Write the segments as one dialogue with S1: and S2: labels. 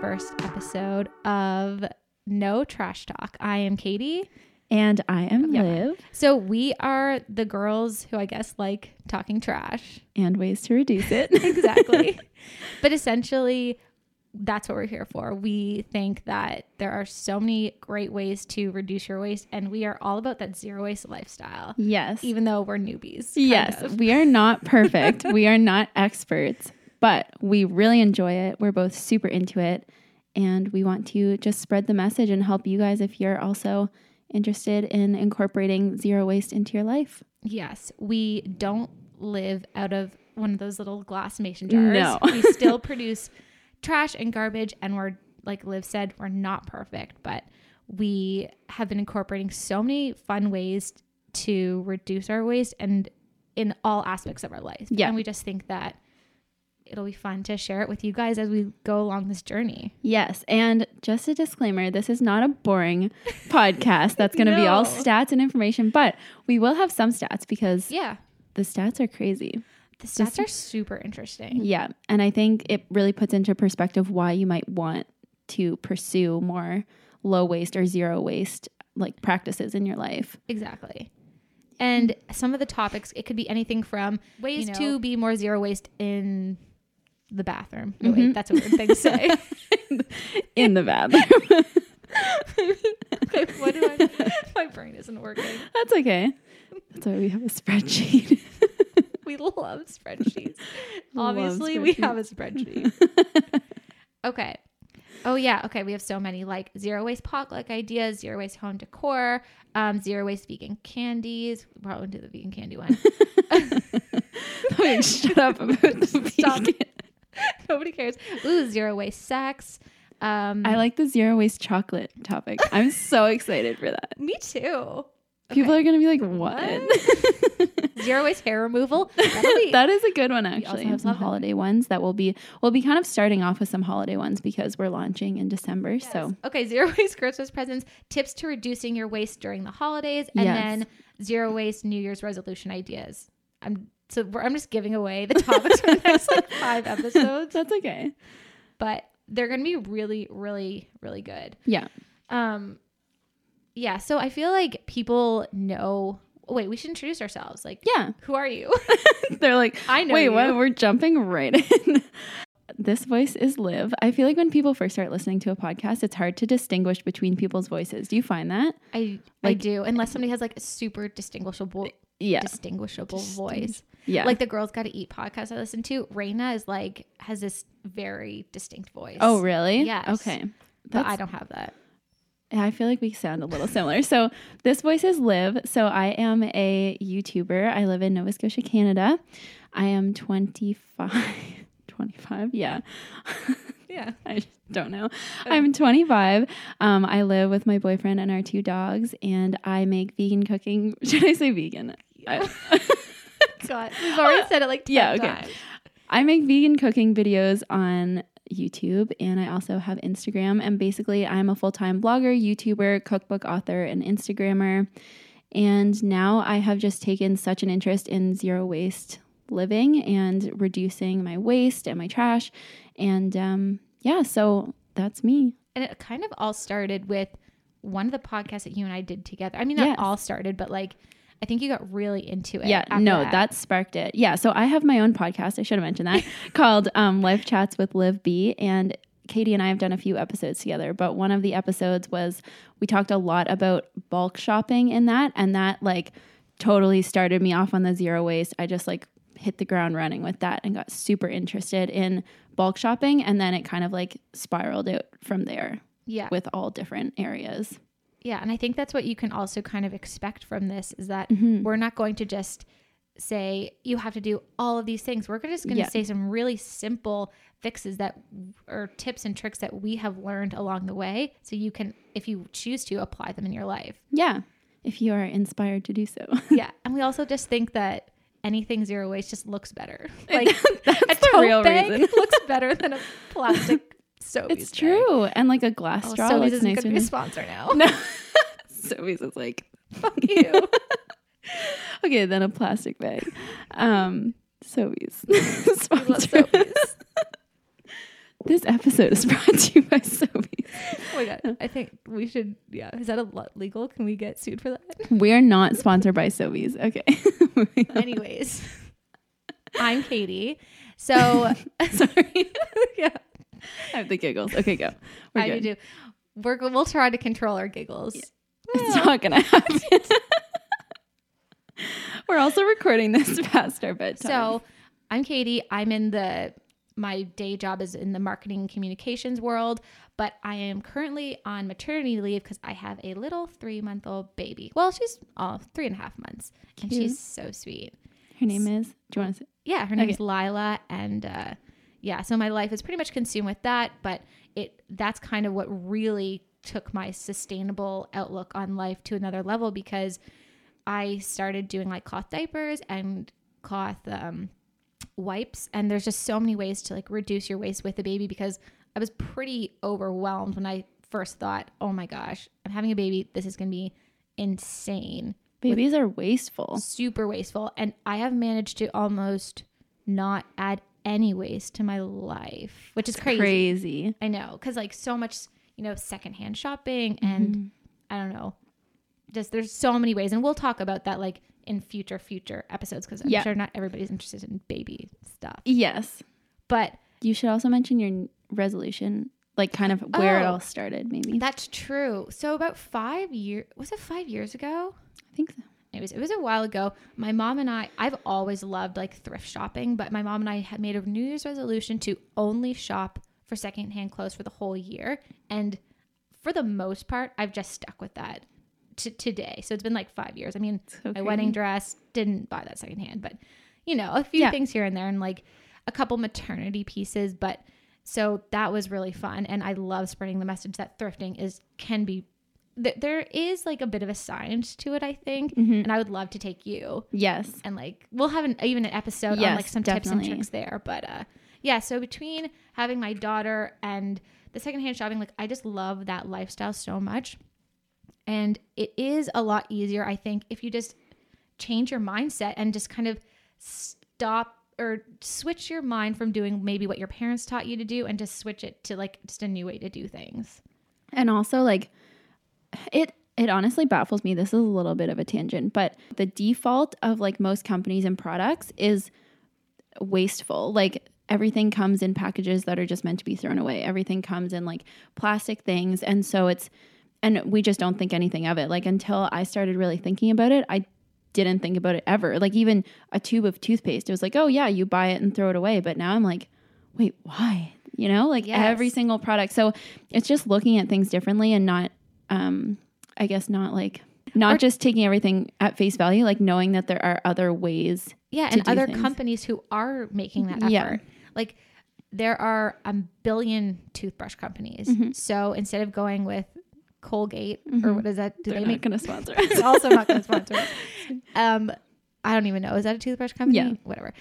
S1: first episode of No Trash Talk. I am Katie.
S2: And I am
S1: Yeah.
S2: Liv,
S1: So we are the girls who I guess like talking trash.
S2: and ways to reduce it.
S1: Exactly. but essentially, that's what we're here for. We think that there are so many great ways to reduce your waste, and we are all about that zero waste lifestyle,
S2: yes.
S1: even though we're newbies. kind
S2: yes.
S1: of.
S2: We are not perfect. we are not experts, but we really enjoy it. We're both super into it. And we want to just spread the message and help you guys if you're also interested in incorporating zero waste into your life.
S1: Yes, we don't live out of one of those little glass mason jars.
S2: No.
S1: we still produce trash and garbage, and we're like Liv said, we're not perfect, but we have been incorporating so many fun ways to reduce our waste and in all aspects of our life.
S2: Yeah.
S1: and we just think that it'll be fun to share it with you guys as we go along this journey.
S2: Yes. And just a disclaimer this is not a boring podcast that's going to be all
S1: No.
S2: stats and information, but we will have some stats because
S1: Yeah,
S2: the stats are crazy.
S1: the stats are super interesting.
S2: Yeah. And I think it really puts into perspective why you might want to pursue more low waste or zero waste like practices in your life.
S1: Exactly. And some of the topics, it could be anything from ways
S2: You know-
S1: to be more zero waste in the bathroom. No, wait, that's a weird thing to say.
S2: In the bathroom.
S1: okay, what do I? My brain isn't working.
S2: That's okay. That's why we have a spreadsheet.
S1: We love spreadsheets.
S2: Love
S1: Obviously, we have a spreadsheet. okay. Oh yeah. Okay, we have so many like zero waste potluck ideas, zero waste home decor, um, zero waste vegan candies. We probably won't do the vegan candy one.
S2: Like, shut up about the
S1: Stop.
S2: vegan.
S1: Nobody cares. Ooh, zero waste sex. Um,
S2: I like the zero waste chocolate topic. I'm so excited for that.
S1: Me too.
S2: People
S1: Okay.
S2: are gonna be like, what?
S1: zero waste hair removal. That'll be-
S2: that is a good one actually.
S1: also
S2: Mm-hmm. have some
S1: love that.
S2: holiday ones that will be we'll be kind of starting off with some holiday ones because we're launching in December. So
S1: okay, zero waste Christmas presents, tips to reducing your waste during the holidays, and
S2: Yes.
S1: then zero waste New Year's resolution ideas. I'm so we're, I'm just giving away the topics for the next like five episodes,
S2: that's okay.
S1: but they're gonna be really, really, really good.
S2: Yeah.
S1: Um, yeah. So I feel like people know. Wait, we should introduce ourselves. Like,
S2: Yeah.
S1: who are you?
S2: They're like,
S1: I know
S2: Wait,
S1: you.
S2: what? We're jumping right in. this voice is Liv. I feel like when people first start listening to a podcast, it's hard to distinguish between people's voices. Do you find that?
S1: I I
S2: Like-
S1: do unless somebody has like a super distinguishable
S2: Yeah.
S1: distinguishable
S2: Distinct-
S1: voice.
S2: yeah.
S1: Like the Girls Gotta Eat podcast I listen to, Raina is like has this very distinct voice.
S2: oh, really?
S1: Yes.
S2: Okay.
S1: But I
S2: That's-
S1: don't have that.
S2: Yeah, I feel like we sound a little similar. So this voice is Liv. So I am a YouTuber. I live in Nova Scotia, Canada. I am 25. 25? Yeah.
S1: Yeah.
S2: I just don't know. I'm 25. Um, I live with my boyfriend and our two dogs, and I make vegan cooking. Should I say vegan? I,
S1: God. We've already said it like 10
S2: Yeah, okay.
S1: times.
S2: I make vegan cooking videos on YouTube, and I also have Instagram. And basically, I'm a full time blogger, YouTuber, cookbook author, and Instagrammer. And now I have just taken such an interest in zero waste living and reducing my waste and my trash. And um, yeah, so that's me.
S1: And it kind of all started with one of the podcasts that you and I did together. I mean not
S2: Yes.
S1: all started, but like I think you got really into it.
S2: Yeah,
S1: after
S2: no, that. sparked it. Yeah, so I have my own podcast. I should have mentioned that called um, Life Chats with Liv B. And Katie and I have done a few episodes together, but one of the episodes was we talked a lot about bulk shopping in that, and that like totally started me off on the zero waste. I just like hit the ground running with that and got super interested in bulk shopping, and then it kind of like spiraled out from there
S1: Yeah.
S2: with all different areas.
S1: Yeah, and I think that's what you can also kind of expect from this is that
S2: Mhm.
S1: we're not going to just say you have to do all of these things. We're just going to
S2: Yeah.
S1: say some really simple fixes that or tips and tricks that we have learned along the way so you can if you choose to apply them in your life.
S2: Yeah, if you are inspired to do so.
S1: yeah, and we also just think that anything zero waste just looks better. Like a
S2: the
S1: tote
S2: real
S1: bag
S2: reason.
S1: looks better than a plastic soap.
S2: It's true. And like a glass
S1: Oh,
S2: straw
S1: Sobeys
S2: looks
S1: isn't going
S2: nicer.
S1: to be a
S2: than-
S1: sponsor now.
S2: No. Sobeys is like,
S1: Fuck you.
S2: okay, then a plastic bag. Um, Sobeys.
S1: We love
S2: Sponsor.
S1: Sobeys.
S2: This episode is brought to you by Sobeys.
S1: Oh my god! I think we should. Yeah, is that a lot legal? Can we get sued for that?
S2: We're not sponsored by Sobeys. Okay.
S1: Anyways, I'm Katie. So
S2: Sorry.
S1: yeah,
S2: I have the giggles. Okay, go. We're
S1: I do.
S2: good.
S1: do. We're go- we'll try to control our giggles.
S2: It's not gonna happen. We're also recording this past our bedtime.
S1: So I'm Katie. I'm in the my day job is in the marketing and communications world, but I am currently on maternity leave because I have a little three month old baby. Well, she's uh, three and a half months, and
S2: Cute.
S1: she's so sweet.
S2: her name is. Do you want to say?
S1: Yeah, her name's Lila, and uh, yeah, so my life is pretty much consumed with that. But it that's kind of what really took my sustainable outlook on life to another level because I started doing like cloth diapers and cloth um, wipes, and there's just so many ways to like reduce your waste with a baby because I was pretty overwhelmed when I first thought, oh my gosh, I'm having a baby. This is gonna be insane
S2: Babies are wasteful.
S1: super wasteful and i have managed to almost not add any waste to my life which is crazy,
S2: Crazy.
S1: i know because like so much you know secondhand shopping and i don't know just there's so many ways and we'll talk about that like in future future episodes because i'm
S2: Yeah.
S1: sure not everybody's interested in baby stuff
S2: Yes.
S1: but
S2: You should also mention your n- resolution, like kind of where it
S1: Oh.
S2: all started, maybe.
S1: that's true so about five years was it five years ago
S2: I think so.
S1: it was it was a while ago. My mom and I I've always loved like thrift shopping, but my mom and I had made a New Year's resolution to only shop for secondhand clothes for the whole year, and for the most part, I've just stuck with that to today. So it's been like five years. I mean,
S2: so
S1: my
S2: crazy.
S1: wedding dress didn't buy that secondhand, but you know, a few
S2: Yeah.
S1: things here and there, and like a couple maternity pieces, but. So that was really fun, and I love spreading the message that thrifting is can be th- there is like a bit of a science to it, I think. And I would love to take you
S2: Yes.
S1: and like we'll have an even an episode on
S2: Yes,
S1: like some tips
S2: definitely.
S1: and tricks there. But uh yeah, so between having my daughter and the secondhand shopping, like I just love that lifestyle so much. And it is a lot easier, I think, if you just change your mindset and just kind of stop or switch your mind from doing maybe what your parents taught you to do and just switch it to like just a new way to do things.
S2: And also like it it honestly baffles me. This is a little bit of a tangent, but the default of like most companies and products is wasteful. Like everything comes in packages that are just meant to be thrown away. Everything comes in like plastic things and so it's and we just don't think anything of it. Like until I started really thinking about it, I didn't think about it ever. Like even a tube of toothpaste, it was like, "Oh yeah, you buy it and throw it away." But now I'm like, "Wait, why?" You know, like
S1: Yes.
S2: every single product. So it's just looking at things differently and not um I guess not like not just taking everything at face value, like knowing that there are other ways.
S1: yeah
S2: to
S1: and
S2: do
S1: other
S2: things.
S1: companies who are making that effort
S2: Yeah.
S1: like there are a billion toothbrush companies
S2: Mm-hmm.
S1: so instead of going with colgate or what is that do
S2: They're
S1: they
S2: not
S1: make
S2: going to sponsor
S1: it's
S2: us.
S1: also not going to sponsor us. um i don't even know is that a toothbrush company
S2: Yeah.
S1: whatever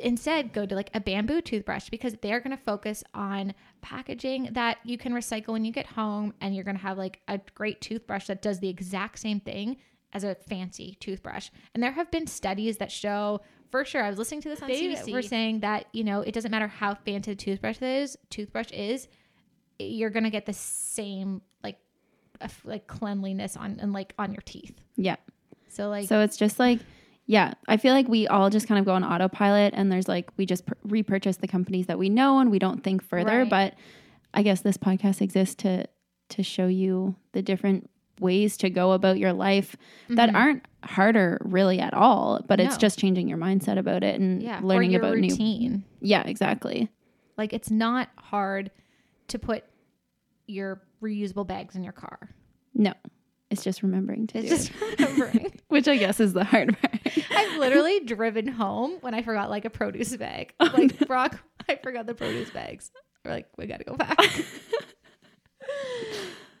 S1: instead go to like a bamboo toothbrush because they're going to focus on packaging that you can recycle when you get home and you're going to have like a great toothbrush that does the exact same thing as a fancy toothbrush and there have been studies that show for sure i was listening to this on they
S2: CBC.
S1: were saying that you know it doesn't matter how fancy the toothbrush is toothbrush is you're going to get the same like of, like cleanliness on and like on your teeth
S2: yeah.
S1: so like
S2: So it's just like, yeah, I feel like we all just kind of go on autopilot and there's like, we just pur- repurchase the companies that we know and we don't think further.
S1: Right.
S2: But I guess this podcast exists to, to show you the different ways to go about your life that
S1: mm-hmm.
S2: aren't harder really at all, but it's
S1: No.
S2: just changing your mindset about it and
S1: yeah or
S2: learning
S1: your
S2: about new.
S1: routine
S2: Yeah, exactly.
S1: Like it's not hard to put your reusable bags in your car.
S2: No, it's just remembering to
S1: It's
S2: do
S1: just
S2: it,
S1: remembering.
S2: which I guess is the hard part.
S1: I've literally driven home when I forgot like a produce bag.
S2: Oh,
S1: Like Brock, I forgot the produce bags. We're like, we gotta go back.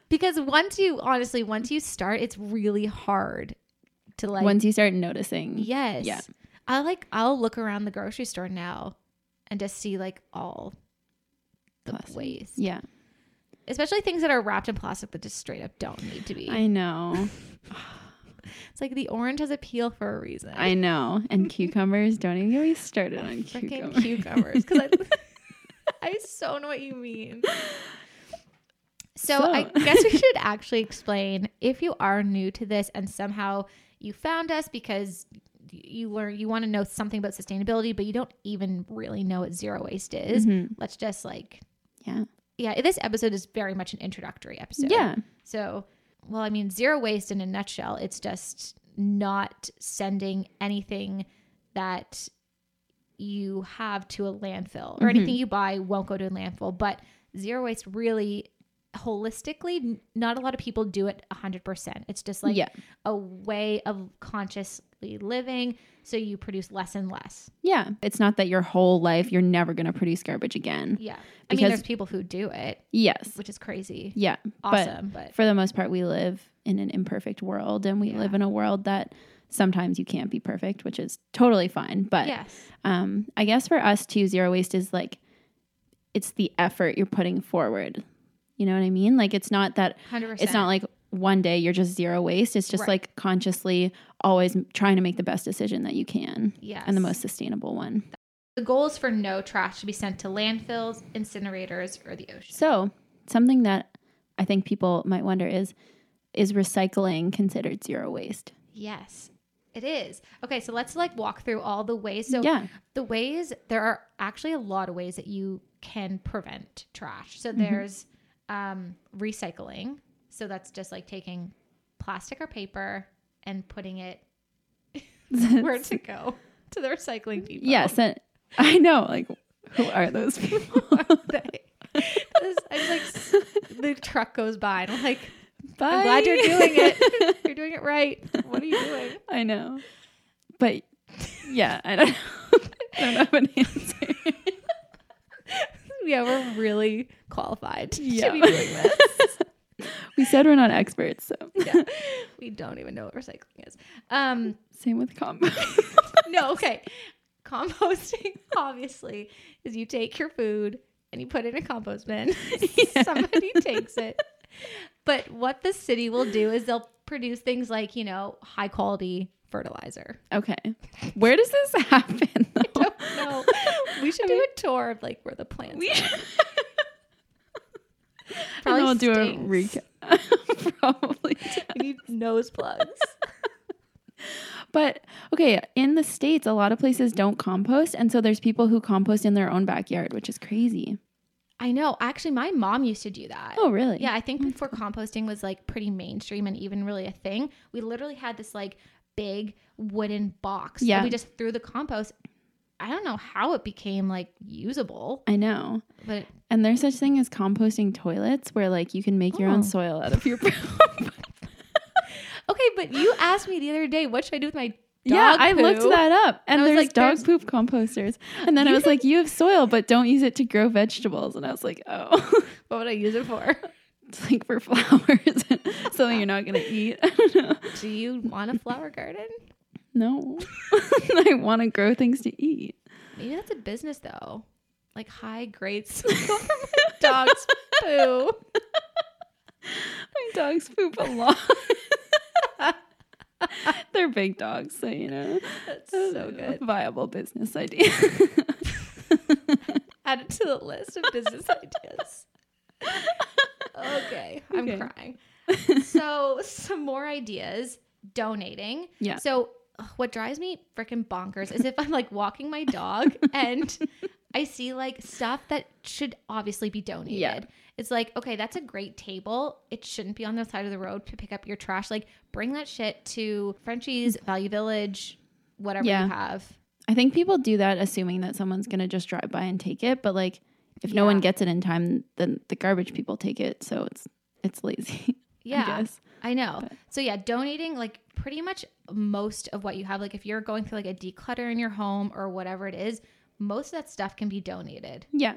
S1: because once you honestly, once you start, it's really hard to like
S2: Once you start noticing.
S1: Yes.
S2: Yeah.
S1: I like I'll look around the grocery store now and just see like all the
S2: Plastic.
S1: waste.
S2: Yeah.
S1: Especially things that are wrapped in plastic that just straight up don't need to be.
S2: I know.
S1: It's like the orange has a peel for a reason.
S2: I know. And cucumbers, don't even get me started on
S1: Frickin'
S2: cucumbers.
S1: cucumbers. Because I, I so know what you mean. So,
S2: So-
S1: I guess we should actually explain if you are new to this and somehow you found us because y- you learn you want to know something about sustainability, but you don't even really know what zero waste is.
S2: Mhm.
S1: Let's just like
S2: Yeah.
S1: yeah, this episode is very much an introductory episode.
S2: Yeah.
S1: So, well, I mean, zero waste in a nutshell, it's just not sending anything that you have to a landfill or
S2: Mm-hmm.
S1: anything you buy won't go to a landfill. But zero waste really holistically, n- not a lot of people do it 100%. It's just like
S2: Yeah.
S1: a way of consciously living. So you produce less and less.
S2: Yeah. It's not that your whole life you're never going to produce garbage again.
S1: Yeah. I mean,
S2: Because-
S1: there's people who do it,
S2: Yes.
S1: which is crazy.
S2: Yeah.
S1: Awesome. But,
S2: But for the most part, we live in an imperfect world and we
S1: Yeah.
S2: live in a world that sometimes you can't be perfect, which is totally fine. But
S1: yes.
S2: um, I guess for us too, zero waste is like, it's the effort you're putting forward. You know what I mean? Like, it's not that
S1: 100%.
S2: it's not like one day you're just zero waste. It's just
S1: Right.
S2: like consciously always m- trying to make the best decision that you can
S1: yes.
S2: and the most sustainable one.
S1: The goal is for no trash to be sent to landfills, incinerators, or the ocean.
S2: So, something that I think people might wonder is is recycling considered zero waste?
S1: Yes, it is. Okay, so let's like walk through all the ways. So
S2: yeah.
S1: the ways there are actually a lot of ways that you can prevent trash.
S2: Mm-hmm.
S1: So there's um, recycling. So that's just like taking plastic or paper and putting it where to go to the recycling people.
S2: Yes, and I know. Like, who are those people?
S1: I'm like s- the truck goes by and I'm like I'm glad you're doing it. You're doing it right. What are you doing?
S2: I know, but yeah, I don't. I don't have an answer.
S1: Yeah, we're really qualified
S2: Yeah.
S1: to be doing this.
S2: we said we're not experts, so
S1: We don't even know what recycling is. Um,
S2: same with combo.
S1: no, okay. Composting, obviously, is you take your food and you put it in a compost bin. Somebody takes it. But what the city will do is they'll produce things like, you know, high quality fertilizer.
S2: okay, where does this happen? Though?
S1: No, we should do a tour of like where the plants
S2: We- and
S1: probably
S2: I'll do a
S1: stinks.
S2: recap. Probably,
S1: We need nose plugs.
S2: but okay. In the states, a lot of places don't compost, and so there's people who compost in their own backyard, which is crazy.
S1: I know. Actually, my mom used to do that.
S2: Oh, really?
S1: Yeah, I think before composting was like pretty mainstream and even really a thing, we literally had this like big wooden box. that
S2: Yeah.
S1: we just threw the compost. I don't know how it became like usable,
S2: I know.
S1: but
S2: And there's such thing as composting toilets where like you can make your
S1: Oh.
S2: own soil out of your dog
S1: okay. But you asked me the other day, what should I do with my dog?
S2: Yeah, I looked
S1: poo?
S2: that up. And
S1: I was
S2: there's
S1: like,
S2: dog
S1: there's-
S2: poop composters. And then I was like, you have soil, but don't use it to grow vegetables. And I was like, oh,
S1: What would I use it for?
S2: it's like for flowers, something you're not going to eat. I don't know.
S1: do you want a flower garden?
S2: No, I want to grow things to eat.
S1: Maybe that's a business though, like high grade soil from my dog's poo.
S2: My dogs poop a lot. They're big dogs, so you know.
S1: That's so good.
S2: Viable business idea.
S1: add it to the list of business ideas. Okay, I'm
S2: Okay.
S1: crying. So, some more ideas donating.
S2: Yeah.
S1: So, ugh, what drives me freaking bonkers is if I'm like walking my dog and I see like stuff that should obviously be donated.
S2: Yeah.
S1: It's like, okay, that's a great table. It shouldn't be on the side of the road to pick up your trash. Like, bring that shit to Frenchie's, Value Village, whatever
S2: Yeah.
S1: you have.
S2: I think people do that assuming that someone's going to just drive by and take it, but like if no
S1: Yeah.
S2: one gets it in time, then the garbage people take it, so it's it's lazy.
S1: Yeah.
S2: I guess.
S1: I know. So yeah, donating like pretty much most of what you have. Like if you're going through like a declutter in your home or whatever it is, most of that stuff can be donated.
S2: Yeah.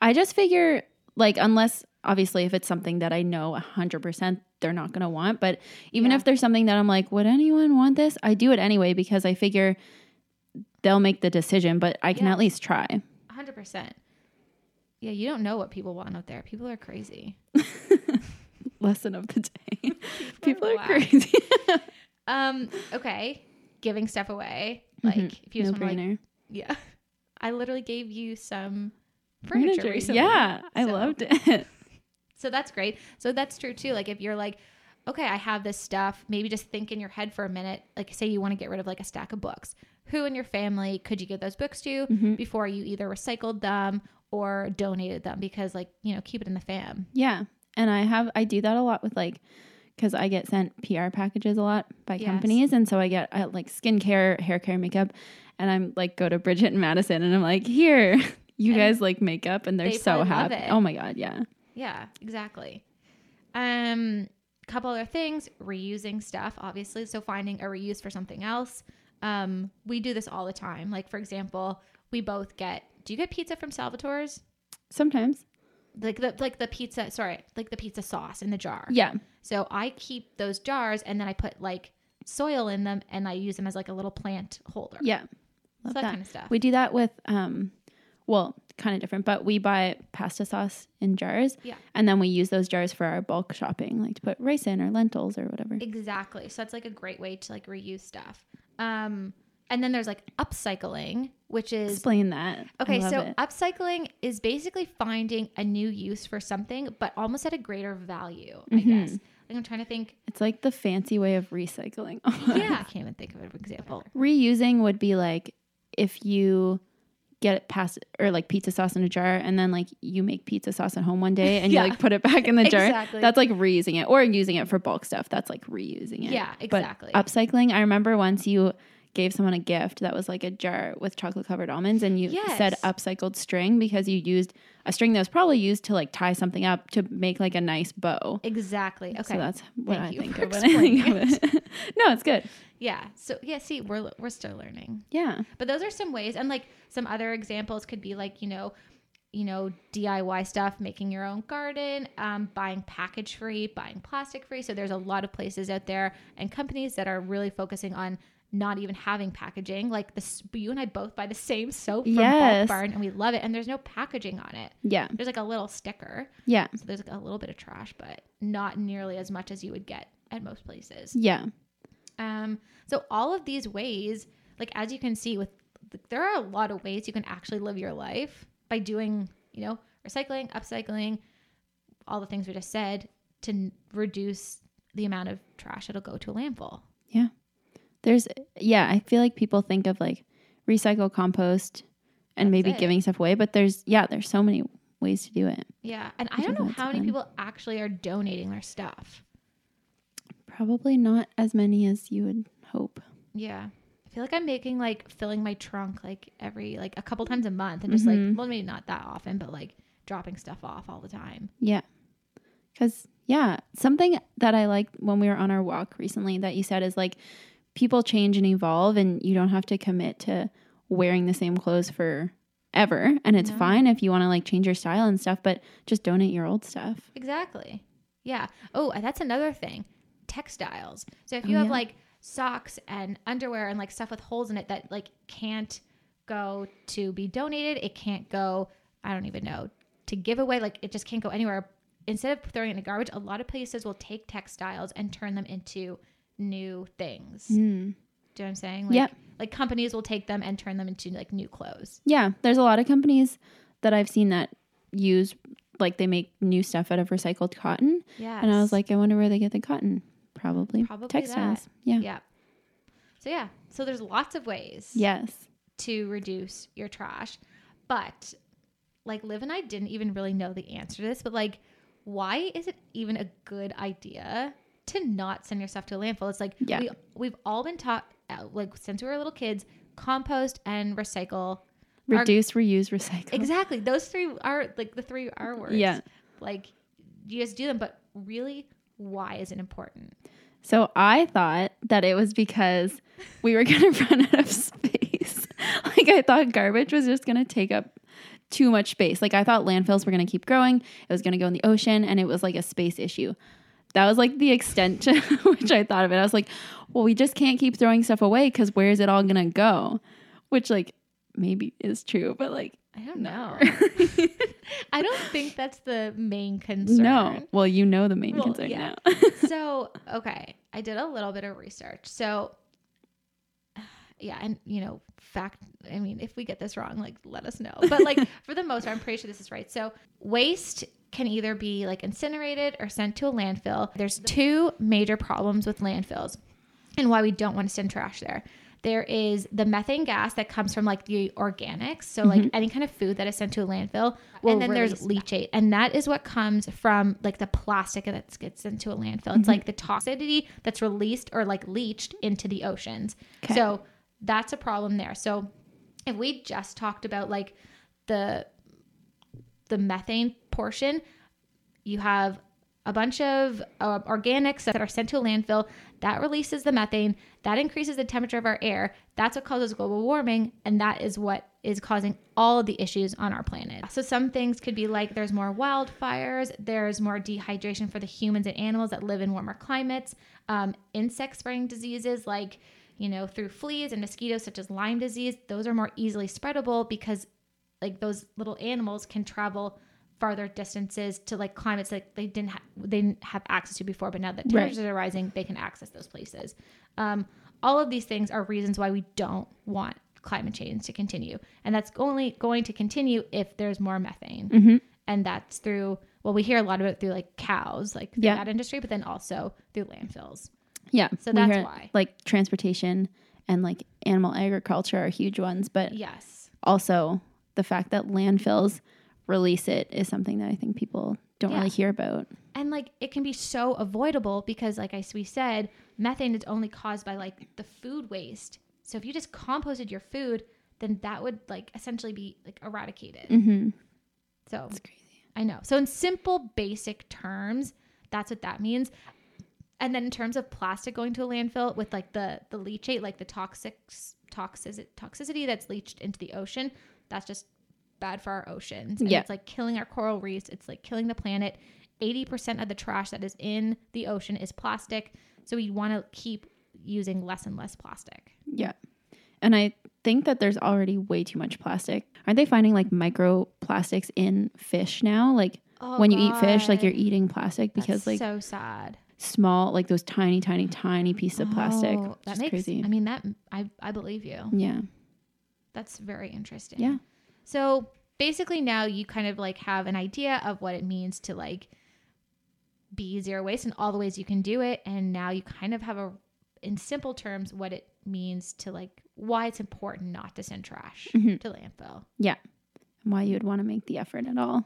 S2: I just figure like unless obviously if it's something that I know 100% they're not going to want, but even
S1: Yeah.
S2: if there's something that I'm like, would anyone want this? I do it anyway because I figure they'll make the decision, but I can
S1: Yeah.
S2: at least try.
S1: 100%. Yeah, you don't know what people want out there. People are crazy.
S2: Lesson of the day. people are
S1: wild.
S2: crazy.
S1: Um okay, giving stuff away. Like if you just want to like
S2: No-brainer.
S1: yeah. I literally gave you some furniture, recently.
S2: Yeah, I
S1: So-
S2: loved it.
S1: So that's great. So that's true too. Like if you're like, okay, I have this stuff, maybe just think in your head for a minute. Like say you want to get rid of like a stack of books. Who in your family could you give those books to
S2: Mm-hmm.
S1: before you either recycled them or donated them? Because like, you know, keep it in the fam.
S2: yeah, and I have I do that a lot with like because I get sent PR packages a lot by
S1: Yes.
S2: companies, and so I get I, like skincare, hair care, makeup, and I'm like go to Bridget and Madison, and I'm like here. You guys like makeup and they're
S1: they
S2: so
S1: probably love
S2: happy.
S1: it.
S2: Oh my god, yeah.
S1: Yeah, exactly. Um couple other things, reusing stuff, obviously. So finding a reuse for something else. Um, we do this all the time. Like for example, we both get do you get pizza from Salvatore's?
S2: Sometimes.
S1: like the like the pizza sorry like the pizza sauce in the jar
S2: Yeah.
S1: so i keep those jars and then i put like soil in them and i use them as like a little plant holder
S2: Yeah.
S1: so that,
S2: Love that.
S1: kind of stuff
S2: We do that with um well, kind of different, but we buy pasta sauce in jars.
S1: Yeah.
S2: And then we use those jars for our bulk shopping, like to put rice in or lentils or whatever.
S1: exactly so that's like a great way to like reuse stuff um and then there's like upcycling which is
S2: Explain that. I
S1: Okay,
S2: love
S1: so
S2: it.
S1: upcycling is basically finding a new use for something, but almost at a greater value, I
S2: Mhm.
S1: guess. Like I'm trying to think.
S2: it's like the fancy way of recycling.
S1: Yeah, I can't even think of an example.
S2: Reusing would be like if you get it past or like pizza sauce in a jar and then like you make pizza sauce at home one day and
S1: Yeah.
S2: you like put it back in the jar.
S1: Exactly.
S2: That's like reusing it or using it for bulk stuff. That's like reusing it.
S1: Yeah,
S2: But
S1: exactly.
S2: upcycling, I remember once you gave someone a gift that was like a jar with chocolate covered almonds and you said
S1: Yes.
S2: upcycled string because you used a string that was probably used to like tie something up to make like a nice bow.
S1: exactly. Okay.
S2: So that's what
S1: Thank
S2: I
S1: you
S2: think
S1: for
S2: of when I think of
S1: explaining
S2: it. no, it's good.
S1: yeah. So yeah, see, we're we're still learning.
S2: Yeah.
S1: But those are some ways, and like some other examples could be like you know, you know DIY stuff, making your own garden, um, buying package free, buying plastic free. So there's a lot of places out there and companies that are really focusing on not even having packaging. Like this, you and I both buy the same soap from Bulk
S2: Yes.
S1: Barn, and we love it. And there's no packaging on it.
S2: Yeah.
S1: There's like a little sticker,
S2: Yeah.
S1: so there's like a little bit of trash, but not nearly as much as you would get at most places.
S2: Yeah.
S1: Um, so all of these ways, like as you can see, with there are a lot of ways you can actually live your life by doing, you know, recycling, upcycling, all the things we just said to n- reduce the amount of trash that'll go to a landfill.
S2: There's yeah, I feel like people think of like recycle compost and
S1: That's
S2: maybe
S1: it.
S2: giving stuff away, but there's yeah, there's so many ways to do it.
S1: Yeah, and I
S2: Which I
S1: don't know
S2: think that's
S1: how many
S2: fun.
S1: people actually are donating their stuff.
S2: Probably not as many as you would hope.
S1: Yeah. I feel like I'm making like filling my trunk like every like a couple times a month and just like well maybe not that often but like dropping stuff off all the time.
S2: Yeah. Cuz yeah, something that I liked when we were on our walk recently that you said is like people change and evolve and you don't have to commit to wearing the same clothes for ever and it's
S1: No.
S2: fine if you want to like change your style and stuff, but just donate your old stuff.
S1: Exactly. Yeah. Oh, and that's another thing. Textiles. So if you
S2: Oh,
S1: have
S2: yeah.
S1: like socks and underwear and like stuff with holes in it that like can't go to be donated, it can't go, I don't even know, to give away, like it just can't go anywhere. Instead of throwing it in the garbage, a lot of places will take textiles and turn them into new things.
S2: Mm.
S1: Do you know what I'm saying? Like,
S2: Yep.
S1: like companies will take them and turn them into like new clothes.
S2: Yeah, there's a lot of companies that I've seen that use like they make new stuff out of recycled cotton,
S1: Yeah.
S2: and I was like, I wonder where they get the cotton. Probably,
S1: Probably
S2: textiles.
S1: that.
S2: Yeah.
S1: yeah. So yeah. So there's lots of ways.
S2: Yes.
S1: to reduce your trash. But like Liv and I didn't even really know the answer to this, but like, why is it even a good idea to not send your stuff to a landfill? It's like
S2: Yeah.
S1: we we've all been taught uh, like since we were little kids, compost and recycle. Our-
S2: Reduce, reuse, recycle.
S1: Exactly. Those three are like the three R words.
S2: Yeah.
S1: Like you just do them, but really why is it important?
S2: So I thought that it was because we were going to run out of space. like I thought garbage was just going to take up too much space. Like I thought landfills were going to keep growing. It was going to go in the ocean and it was like a space issue. That was like the extent to which I thought of it. I was like, well, we just can't keep throwing stuff away cuz where is it all going to go? Which like maybe is true, but like
S1: I don't know.
S2: no.
S1: I don't think that's the main concern.
S2: no. Well, you know the main
S1: Well,
S2: concern
S1: yeah.
S2: now.
S1: so okay i did a little bit of research so yeah and you know fact i mean if we get this wrong like let us know but like for the most part i'm pretty sure this is right so waste can either be like incinerated or sent to a landfill there's two major problems with landfills and why we don't want to send trash there there is the methane gas that comes from like the organics so like any kind of food that is sent to a
S3: Mm-hmm.
S1: landfill
S3: Will
S1: and then there's
S3: release
S1: leachate and that is what comes from like the plastic that gets into a landfill it's like the toxicity that's released or like leached into the oceans
S2: Okay.
S1: so that's a problem there so if we just talked about like the the methane portion you have a bunch of uh, organics that are sent to a landfill that releases the methane that increases the temperature of our air that's what causes global warming and that is what is causing all the issues on our planet so some things could be like there's more wildfires there's more dehydration for the humans and animals that live in warmer climates um, insect spreading diseases like you know through fleas and mosquitoes such as lyme disease those are more easily spreadable because like those little animals can travel farther distances to like climates that they didn't ha- they didn't have access to before but now that
S2: Right.
S1: temperatures are rising they can access those places um, all of these things are reasons why we don't want climate change to continue and that's only going to continue if there's more methane
S2: Mm-hmm.
S1: and that's through well we hear a lot about it through like cows like through
S2: Yeah.
S1: that industry but then also through landfills
S2: Yeah.
S1: So
S2: we
S1: that's
S2: hear,
S1: why.
S2: Like transportation and like animal agriculture are huge ones, but
S1: yes
S2: also the fact that landfills release it is something that I think people don't
S1: Yeah.
S2: really hear about.
S1: and like it can be so avoidable because like I we said methane is only caused by like the food waste so if you just composted your food then that would like essentially be like eradicated
S2: Mm-hmm.
S1: so
S2: It's crazy.
S1: i know so in simple basic terms that's what that means and then in terms of plastic going to a landfill with like the the leachate like the toxic toxic toxicity that's leached into the ocean that's just bad for our oceans and
S2: Yeah.
S1: it's like killing our coral reefs it's like killing the planet 80% of the trash that is in the ocean is plastic so we want to keep using less and less plastic
S2: Yeah. And I think that there's already way too much plastic. Aren't they finding like microplastics in fish now? Like
S1: Oh,
S2: when you eat fish, like
S1: God.
S2: you're eating plastic because
S1: That's
S2: like
S1: so sad
S2: small, like those tiny, tiny, tiny pieces of plastic.
S1: Oh, that
S2: That's
S1: makes
S2: crazy.
S1: i mean that i, I believe you
S2: yeah.
S1: That's very interesting.
S2: Yeah.
S1: So basically now you kind of like have an idea of what it means to like be zero waste and all the ways you can do it and now you kind of have a in simple terms what it means to like why it's important not to send trash
S2: Mhm.
S1: to landfill.
S2: Why you would want to make the effort at all.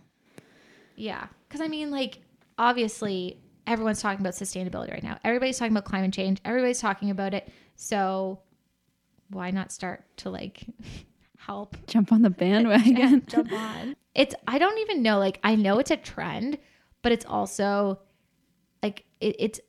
S1: Yeah. Cuz I mean like obviously everyone's talking about sustainability right now. Everybody's talking about climate change. Everybody's talking about it. So why not start to like help
S2: Jump on the bandwagon.
S1: jump on. It's I don't even know. Like I know it's a trend, but it's also like it, it's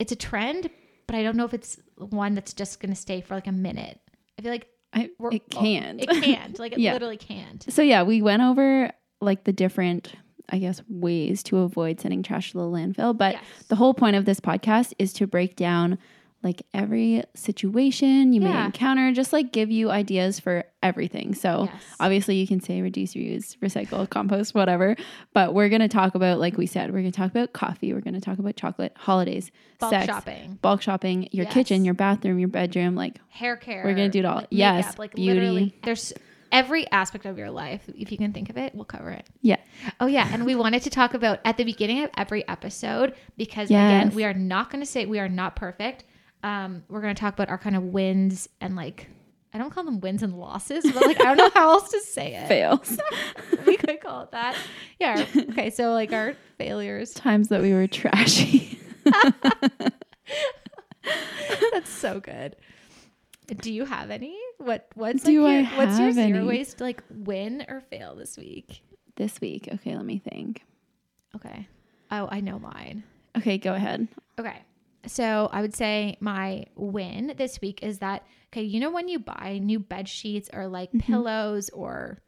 S1: it's a trend, but I don't know if it's one that's just gonna stay for like a minute. I feel like
S2: I,
S1: we're
S2: it can't.
S1: It can't. Like it
S2: Yeah.
S1: literally can't.
S2: So yeah, we went over like the different, I guess, ways to avoid sending trash to the landfill. But
S1: Yes.
S2: the whole point of this podcast is to break down like every situation you may
S1: Yeah.
S2: encounter, just like give you ideas for everything. So
S1: Yes.
S2: obviously you can say reduce, reuse, recycle, compost, whatever. But we're gonna talk about, like we said, we're gonna talk about coffee, we're gonna talk about chocolate, holidays,
S1: Bulk
S2: sex,
S1: shopping,
S2: bulk shopping, your
S1: Yes.
S2: kitchen, your bathroom, your bedroom, like
S1: hair care.
S2: we're gonna do it all. yes,
S1: like
S2: beauty.
S1: literally there's every aspect of your life, if you can think of it, we'll cover it.
S2: Yeah.
S1: Oh yeah, and we wanted to talk about at the beginning of every episode because
S2: Yes.
S1: again, we are not going to say we are not perfect. Um, we're going to talk about our kind of wins and like I don't call them wins and losses, but like I don't know how else to say it.
S2: Fails.
S1: We could call it that. Yeah. Okay, so like our failures.
S2: times that we were trashy.
S1: That's so good. Do you have any? What what's
S2: Do
S1: like
S2: I
S1: your, what's your
S2: have
S1: zero
S2: any?
S1: waste like win or fail this week?
S2: this week. Okay, let me think.
S1: Okay. Oh, I know mine.
S2: Okay, go ahead.
S1: Okay. So I would say my win this week is that okay, you know when you buy new bed sheets or like
S2: Mm-hmm.
S1: pillows or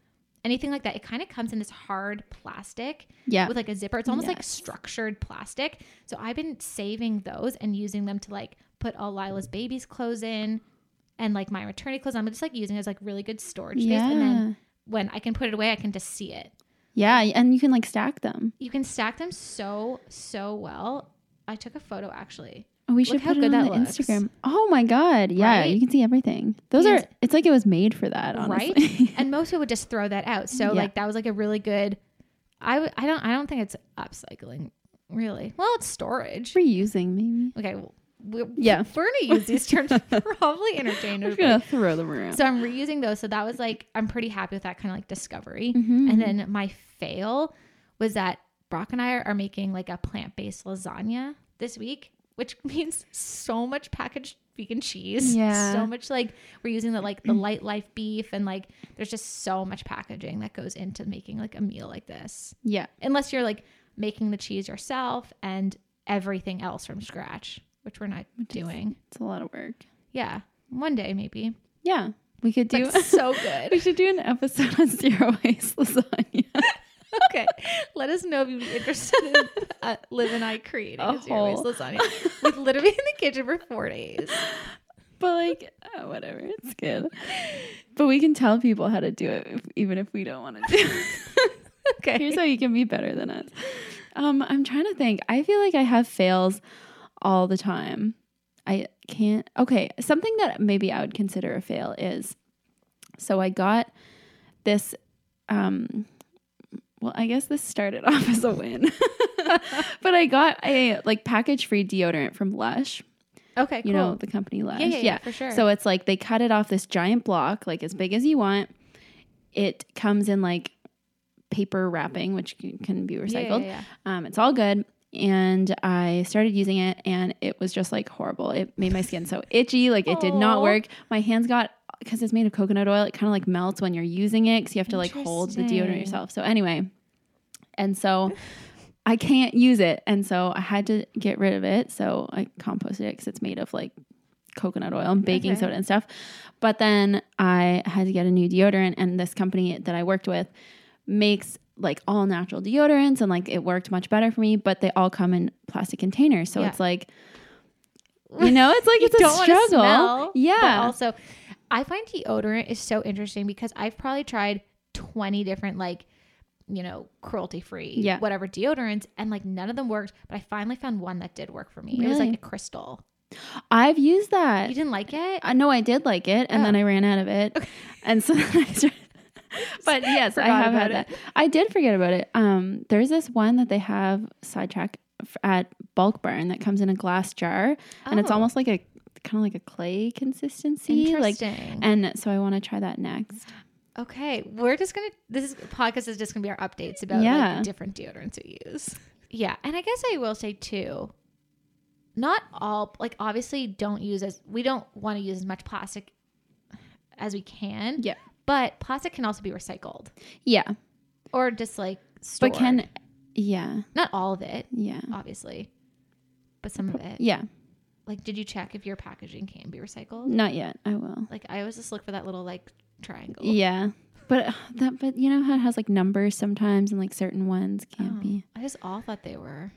S1: anything like that, it kind of comes in this hard plastic
S2: Yeah.
S1: with like a zipper. It's almost like
S2: Yes.
S1: structured plastic. So I've been saving those and using them to like put all Lila's baby's clothes in and like my maternity clothes. I'm just like using it as like really good storage space. And then when I can put it away, I can just see it
S2: yeah, and you can like stack them.
S1: you can stack them so so well i took a photo actually
S2: Oh, we
S1: Look
S2: should
S1: how
S2: put it
S1: good
S2: on
S1: that
S2: the
S1: looks.
S2: Instagram. Oh my god, yeah,
S1: Right?
S2: you can see everything. Those
S1: Because-
S2: are. It's like it was made for that, honestly.
S1: right? and most people would just throw that out. So
S2: Yeah.
S1: like that was like a really good. I w- I don't I don't think it's upcycling really. Well, it's storage.
S2: Reusing, maybe.
S1: Okay, well, we
S2: Yeah.
S1: we're gonna use these terms probably interchangeably.
S2: throw them around.
S1: So I'm reusing those. So that was like I'm pretty happy with that kind of like discovery.
S2: Mhm.
S1: And then my fail was that Brock and I are, are making like a plant based lasagna this week, which means so much packaged vegan cheese.
S2: Yeah.
S1: So much like we're using the like the light life beef and like there's just so much packaging that goes into making like a meal like this.
S2: yeah,
S1: Unless you're like making the cheese yourself and everything else from scratch, which we're not doing.
S2: it's a lot of work.
S1: Yeah. One day maybe.
S2: Yeah, we could do.
S1: It's like, so good.
S2: we should do an episode on zero waste lasagna.
S1: okay. Let us know if you'd be interested in uh, Liv and I creating
S2: A
S1: a zero
S2: whole-
S1: waste lasagna. We've literally been in the kitchen for four days.
S2: but like, oh, whatever, it's good. But we can tell people how to do it, if, even if we don't want to do it.
S1: Okay.
S2: Here's how you can be better than us. Um, I'm trying to think. I feel like I have fails all the time. I can't. Okay, something that maybe I would consider a fail is so I got this. Um, well, I guess this started off as a win, but I got a like package free deodorant from Lush.
S1: okay,
S2: You know the company Lush.
S1: yeah, yeah, yeah, for sure.
S2: So it's like they cut it off this giant block, like as big as you want. It comes in like paper wrapping, which c- can be recycled.
S1: Yeah, yeah, yeah.
S2: Um, it's all good. And I started using it, and it was just like horrible. It made my skin so itchy. Like it did not
S1: Aw.
S2: work. My hands got because it's made of coconut oil. It kind of like melts when you're using it because you have to like hold the deodorant
S1: Interesting.
S2: yourself. So anyway, and so I can't use it, and so I had to get rid of it. So I composted it because it's made of like coconut oil and baking
S1: Okay.
S2: soda and stuff. But then I had to get a new deodorant, and this company that I worked with makes like all natural deodorants, and like it worked much better for me. But they all come in plastic containers, so
S1: Yeah.
S2: it's like. You know, it's like
S1: You
S2: it's a
S1: don't wanna
S2: struggle.
S1: smell,
S2: yeah.
S1: But also, I find deodorant is so interesting because I've probably tried 20 different, like, you know, cruelty free,
S2: Yeah.
S1: whatever deodorants, and like none of them worked. But I finally found one that did work for me. It was like
S2: Really? Uh,
S1: a crystal.
S2: I've used
S1: You
S2: that.
S1: didn't like it?
S2: I know I did like it, and
S1: Oh.
S2: then I ran out of it, and so then I started. But yes, I
S1: Forgot
S2: have had
S1: about
S2: that. I did forget about it. Um, there's this one that they have sidetrack f- at Bulk Barn that comes in a glass jar, and it's
S1: Oh.
S2: almost like a kind of like a clay consistency, like.
S1: Interesting.
S2: And so I want to try that next.
S1: Okay, we're just gonna. This is, podcast is just gonna be our updates about
S2: Yeah.
S1: like different deodorants we use. Yeah, and I guess I will say too. Not all like obviously don't use as we don't want to use as much plastic as we can.
S2: Yeah.
S1: but plastic can also be recycled
S2: Yeah,
S1: or just like stored.
S2: but can yeah
S1: not all of it
S2: yeah
S1: obviously, but some of it.
S2: yeah
S1: Like, did you check if your packaging can be recycled?
S2: not yet. I will.
S1: Like, I always just look for that little like triangle.
S2: Yeah, but uh, that but you know how it has like numbers sometimes, and like certain ones can't
S1: Oh,
S2: be.
S1: I just all thought they were.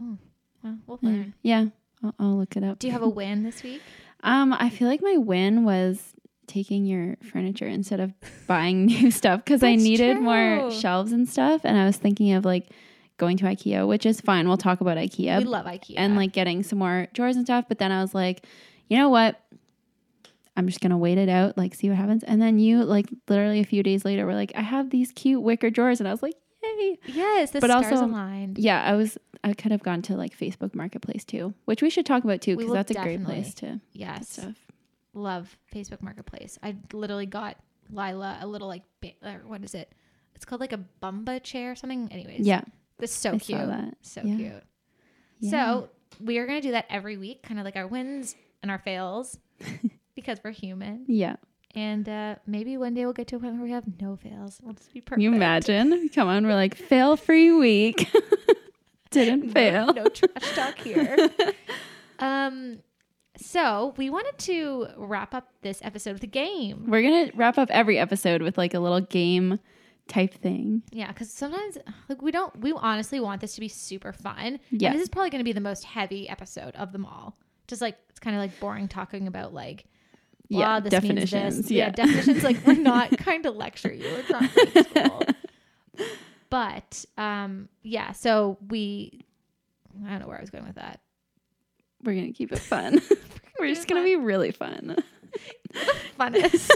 S1: Oh, well, we'll
S2: Yeah.
S1: learn.
S2: Yeah. I'll, I'll look it up.
S1: Do you have a win this week?
S2: Um, I feel like my win was taking your furniture instead of buying new stuff because I
S1: That's
S2: needed more
S1: true.
S2: shelves and stuff, and I was thinking of like going to IKEA, which is fine. We'll talk about IKEA
S1: We love IKEA.
S2: and like getting some more drawers and stuff. But then I was like, you know what? I'm just gonna wait it out, like see what happens. And then you, like, literally a few days later, were like, I have these cute wicker drawers, and I was like, yay!
S1: yes, the
S2: but
S1: stars
S2: also-
S1: aligned.
S2: Yeah, I was. I could have gone to like Facebook Marketplace too, which we should talk about too,
S1: We
S2: because
S1: will
S2: that's a great
S1: definitely.
S2: place to
S1: Yes,
S2: stuff.
S1: love Facebook Marketplace. I literally got Lila a little like ba- or what is it? It's called like a bumba chair or something. Anyways,
S2: Yeah.
S1: this is so
S2: I saw
S1: cute,
S2: that.
S1: so
S2: Yeah.
S1: cute. So we are gonna do that every week, kind of like our wins and our fails, because we're human.
S2: yeah,
S1: And uh, maybe one day we'll get to a point where we have no fails. We'll just be perfect.
S2: Can you imagine? Come on, we're like fail free week. Didn't fail.
S1: no trash talk here. um, so we wanted to wrap up this episode with a game.
S2: We're gonna wrap up every episode with like a little game type thing.
S1: Yeah, because sometimes like we don't we honestly want this to be super fun.
S2: Yeah.
S1: Yeah, this is probably going to be the most heavy episode of them all. Just like it's kind of like boring talking about like. Blah,
S2: Yeah,
S1: this Means
S2: definitions,
S1: this. Yeah.
S2: yeah.
S1: definitions. Like we're not trying to lecture you. It's not grade school. But um, yeah. So we, I don't know where I was going with that.
S2: We're gonna keep it fun. We're just gonna be really fun.
S1: Funnest.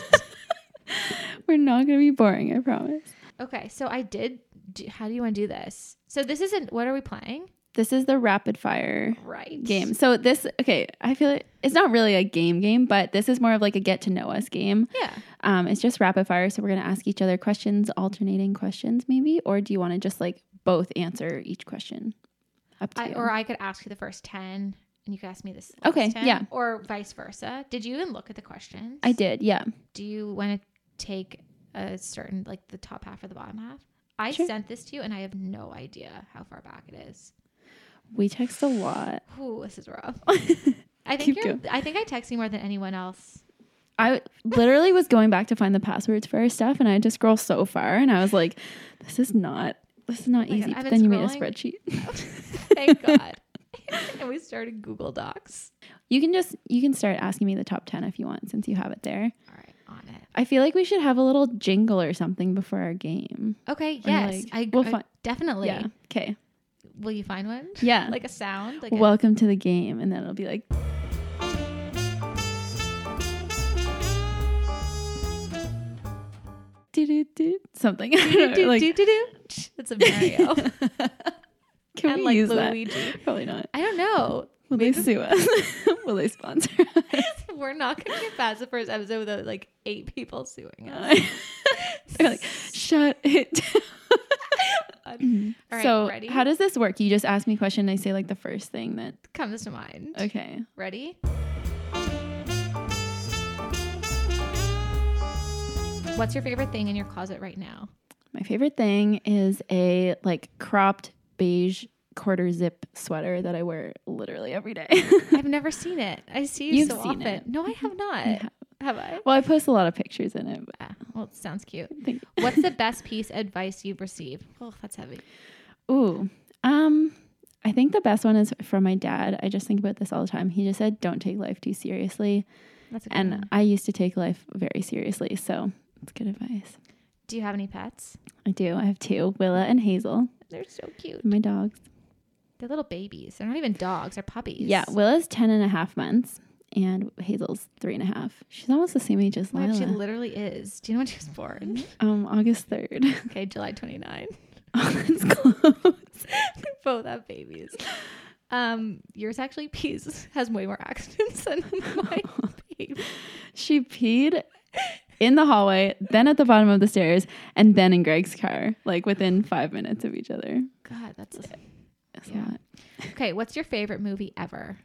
S2: We're not gonna be boring. I promise.
S1: okay, so I did. Do, how do you want to do this? So this isn't. What are we playing?
S2: This is the rapid fire
S1: Right.
S2: game. So this okay, I feel like it's not really a game game, but this is more of like a get to know us game.
S1: Yeah.
S2: Um, it's just rapid fire, so we're gonna ask each other questions, alternating questions, maybe, or do you want to just like both answer each question? Up to
S1: I,
S2: you.
S1: or I could ask you the first ten, and you could ask me this. last
S2: Okay,
S1: 10,
S2: yeah.
S1: Or vice versa. Did you even look at the questions?
S2: I did, yeah.
S1: Do you want to take a certain like the top half or the bottom half? I
S2: Sure.
S1: sent this to you, and I have no idea how far back it is.
S2: We text a lot.
S1: Ooh, this is rough. I think
S2: Keep
S1: you're, I think I text you more than anyone else.
S2: I literally was going back to find the passwords for our stuff, and I had to scroll so far, and I was like, "This is not, this is not
S1: my God,
S2: easy."
S1: I've
S2: But
S1: been
S2: then you made a
S1: scrolling.
S2: spreadsheet.
S1: Thank God. and we started Google Docs.
S2: You can just you can start asking me the top ten if you want, since you have it there.
S1: All right, on it.
S2: I feel like we should have a little jingle or something before our game.
S1: Okay,
S2: Or
S1: yes,
S2: like-
S1: I,
S2: we'll
S1: I
S2: fi-
S1: definitely.
S2: Yeah. Okay.
S1: Will you find one?
S2: Yeah.
S1: like a sound. Like a-
S2: Welcome to the game, and then it'll be like, do something. I don't know, like,
S1: do, do, do, do. That's a Mario
S2: can
S1: and
S2: we
S1: like
S2: use
S1: Luigi.
S2: that? Probably not.
S1: I don't know.
S2: Will they sue us? Will they sponsor us?
S1: We're not gonna get past the first episode without like eight people suing us.
S2: They're like, shut it down.
S1: All right,
S2: mm-hmm. so,
S1: ready?
S2: how does this work? You just ask me a question, and I say like the first thing that.
S1: comes to mind?
S2: Okay.
S1: Ready? What's your favorite thing in your closet right now?
S2: My favorite thing is a like cropped beige quarter zip sweater that I wear literally every day.
S1: I've never seen it. I see you
S2: You've
S1: so
S2: seen
S1: often.
S2: it.
S1: No, I have not.
S2: Yeah.
S1: Have I?
S2: well, I post a lot of pictures in it.
S1: Yeah. Well, it sounds cute.
S2: But think,
S1: What's the best piece of advice you've received? Oh, that's heavy.
S2: ooh, um, I think the best one is from my dad. I just think about this all the time. He just said, "Don't take life too seriously,"
S1: That's a good
S2: and
S1: one.
S2: I used to take life very seriously, so it's good advice.
S1: Do you have any pets?
S2: I do. I have two, Willa and Hazel,
S1: They're so cute.
S2: my dogs.
S1: They're little babies. They're not even dogs. They're puppies.
S2: Yeah, Willa's 10 and a half months, and Hazel's three and a half. She's almost the same age as
S1: Oh my
S2: Lila.
S1: God, she literally is. Do you know when she was born?
S2: um, August 3rd.
S1: okay, July 29.
S2: It's close.
S1: Both have babies. Um, yours actually pees has way more accidents than my baby.
S2: She peed in the hallway, then at the bottom of the stairs, and then in Greg's car, like within five minutes of each other.
S1: God, that's a-
S2: It's
S1: Yeah.
S2: a lot.
S1: okay. What's your favorite movie ever?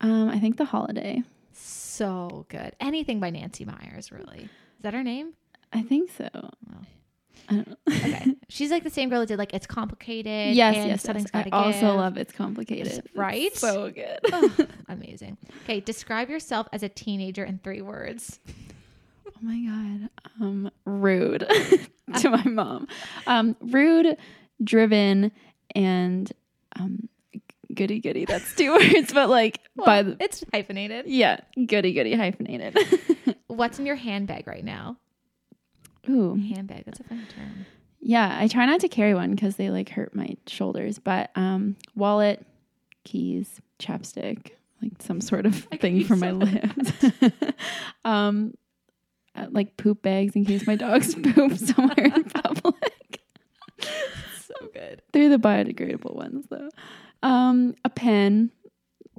S2: Um, I think the holiday.
S1: So good. Anything by Nancy Myers, really. Is that her name?
S2: I think so. I don't know.
S1: Okay. She's like the same girl that did like It's Complicated.
S2: yes,
S1: and
S2: yes, yes.
S1: Something's
S2: I
S1: Gotta
S2: also
S1: Give.
S2: love it's complicated. It's
S1: Right?
S2: so good. Oh
S1: Ugh, Oh, amazing. Okay, describe yourself as a teenager in three words.
S2: Oh my god. Um rude to my mom. Um rude, driven and um goody goody. That's two words, but like by
S1: Well,
S2: the
S1: it's hyphenated.
S2: yeah, goody goody hyphenated.
S1: What's in your handbag right now?
S2: Ooh.
S1: Handbag. That's a fun term.
S2: Yeah, I try not to carry one cuz they like hurt my shoulders, but um wallet, keys, chapstick, like some sort of
S1: I could
S2: thing for
S1: use
S2: my
S1: some
S2: lips. um uh, like poop bags in case my dogs poop somewhere in public.
S1: So good.
S2: They're the biodegradable ones, though. Um, a pen.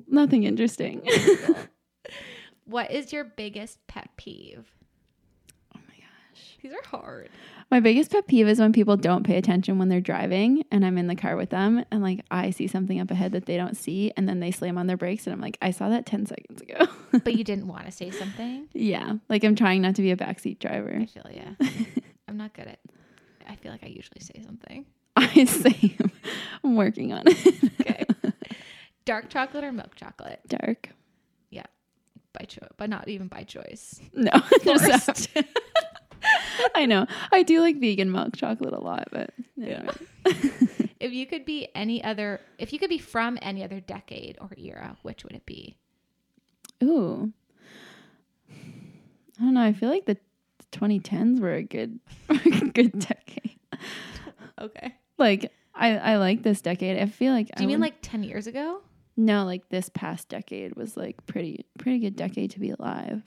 S2: Nothing interesting. oh
S1: What is your biggest pet peeve?
S2: Oh my gosh.
S1: These are hard.
S2: My biggest pet peeve is when people don't pay attention when they're driving and I'm in the car with them and like I see something up ahead that they don't see and then they slam on their brakes and I'm like, I saw that 10 seconds ago.
S1: But you didn't want to say something.
S2: yeah. Like I'm trying not to be a backseat
S1: I
S2: driver.
S1: feel yeah. I'm not good at. I feel like I usually say something.
S2: I say I'm working on it.
S1: Okay. Dark chocolate or milk chocolate?
S2: Dark.
S1: By choice, but not even by choice.
S2: No. just
S1: Forced.
S2: have to- I know. I do like vegan milk chocolate a lot, but anyway.
S1: If you could be any other, if you could be from any other decade or era, which would it be?
S2: Ooh. I don't know. I feel like the 2010s were a good good decade.
S1: Okay.
S2: Like I I like this decade. I feel like
S1: Do
S2: I
S1: you mean
S2: wouldn't-
S1: like 10 years ago?
S2: No, like this past decade was like pretty pretty good decade to be alive.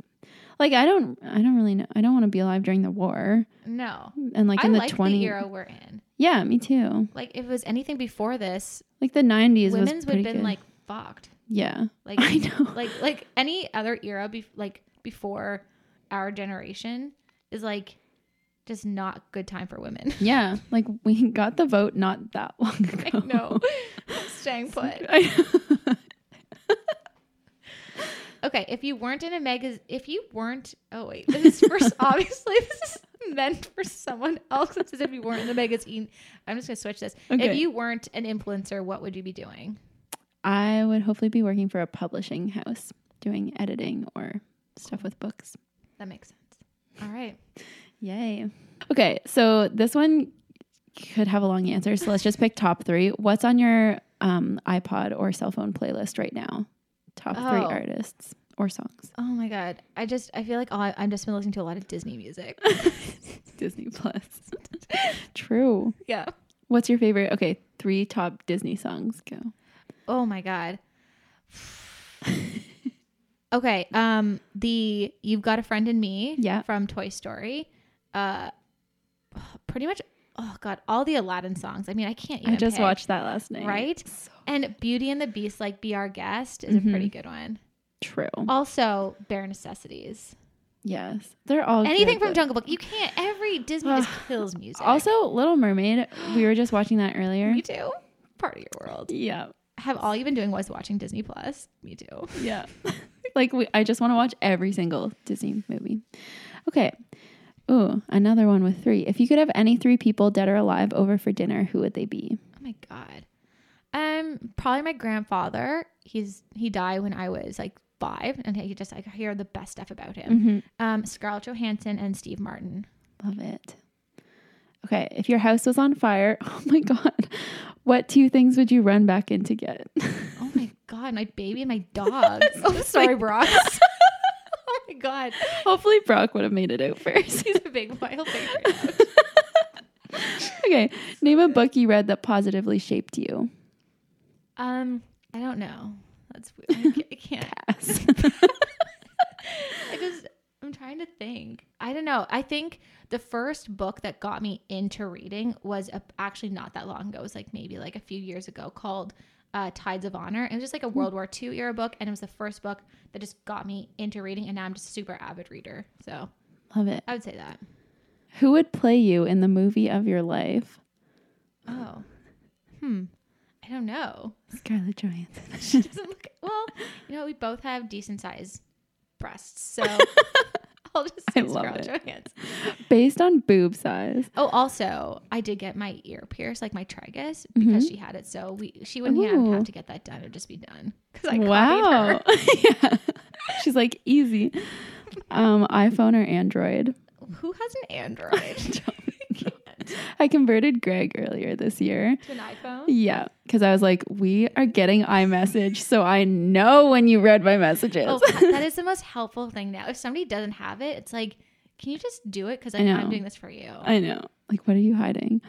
S2: Like I don't I don't really know I don't want to be alive during the war
S1: No.
S2: and like
S1: I
S2: in the
S1: like the
S2: twenty
S1: era we're in.
S2: yeah me too
S1: Like if it was anything before this,
S2: like the nineties was
S1: women's would
S2: pretty
S1: have been
S2: good.
S1: like fucked.
S2: yeah
S1: Like
S2: I know
S1: like like any other era bef like before our generation is like just not good time for women.
S2: yeah like we got the vote not that long ago
S1: I know. I'm staying put.
S2: I-
S1: Okay, if you weren't in a magazine, if you weren't, oh wait, this is first. obviously this is meant for someone else. This is if you weren't in the magazine. I'm just gonna switch this.
S2: Okay.
S1: If you weren't an influencer, what would you be doing?
S2: I would hopefully be working for a publishing house doing editing or stuff with books.
S1: That makes sense. All right.
S2: Yay. Okay, so this one could have a long answer. So let's just pick top three. What's on your um, iPod or cell phone playlist right now? Top three
S1: Oh.
S2: artists or songs.
S1: Oh my god. I just I feel like all I, I'm just been listening to a lot of Disney music.
S2: Disney Plus. True.
S1: yeah.
S2: What's your favorite? Okay, three top Disney songs. Go.
S1: Oh my god. okay. Um. The You've Got a Friend in Me.
S2: Yeah.
S1: From Toy Story. Uh. Pretty much. Oh god. All the Aladdin songs. I mean, I can't. Even
S2: I just
S1: pick.
S2: watched that last night.
S1: Right.
S2: So
S1: And Beauty and the Beast, like Be Our Guest, is
S2: Mm-hmm.
S1: a pretty good one.
S2: true.
S1: Oh. Also, Bare Necessities.
S2: Yes. They're all
S1: Anything
S2: good,
S1: from
S2: though.
S1: Jungle Book. You can't. Every Disney just kills music.
S2: Also, Little Mermaid. We were just watching that earlier.
S1: me too. Part of your world.
S2: Yeah,
S1: Have all you've been doing was watching Disney Plus. Me too.
S2: yeah. like we, I just want to watch every single Disney movie. Okay. Ooh, another one with three. If you could have any three people, dead or alive, over for dinner, who would they be?
S1: Oh my god. Um, probably my grandfather. He's he died when I was like five, and he just like I hear the best stuff about
S2: Mm-hmm.
S1: him. Um, Scarlett Johansson and Steve Martin.
S2: Love it. Okay, if your house was on fire, oh my god, what two things would you run back in to get?
S1: Oh my god, my baby and my dog. oh, sorry, Brock. oh my god,
S2: Hopefully, Brock would have made it out first.
S1: he's a big wild baby.
S2: okay, name a book you read that positively shaped you.
S1: Um, I don't know. That's weird. I ca- I can't.
S2: Pass.
S1: I just I'm trying to think. I don't know. I think the first book that got me into reading was a, actually not that long ago. It was like maybe like a few years ago called uh, Tides of Honor. It was just like
S2: Hmm.
S1: a World War II era book, and it was the first book that just got me into reading. And now I'm just a super avid reader. So
S2: Love it.
S1: I would say that.
S2: Who would play you in the movie of your life?
S1: Oh, hmm. I don't know.
S2: Scarlett Johansson.
S1: She doesn't look well. You know, we both have decent sized breasts, so I'll just
S2: I
S1: say
S2: love
S1: Scarlett
S2: it.
S1: Johansson.
S2: Based on boob size.
S1: Oh, also, I did get my ear pierced, like my tragus, because she had it. So we, she wouldn't have-
S2: Mm-hmm. Ooh.
S1: have to get that done; it'd just be done. Because I copied her.
S2: yeah. She's like, easy. Um, iPhone or Android?
S1: Who has an Android?
S2: I converted Greg earlier this year.
S1: to an iPhone?
S2: Yeah. Because I was like, we are getting iMessage. So I know when you read my messages.
S1: Oh, that is the most helpful thing now. If somebody doesn't have it, it's like, can you just do it? Because
S2: I know.
S1: I'm doing this for you.
S2: I know. Like, what are you hiding?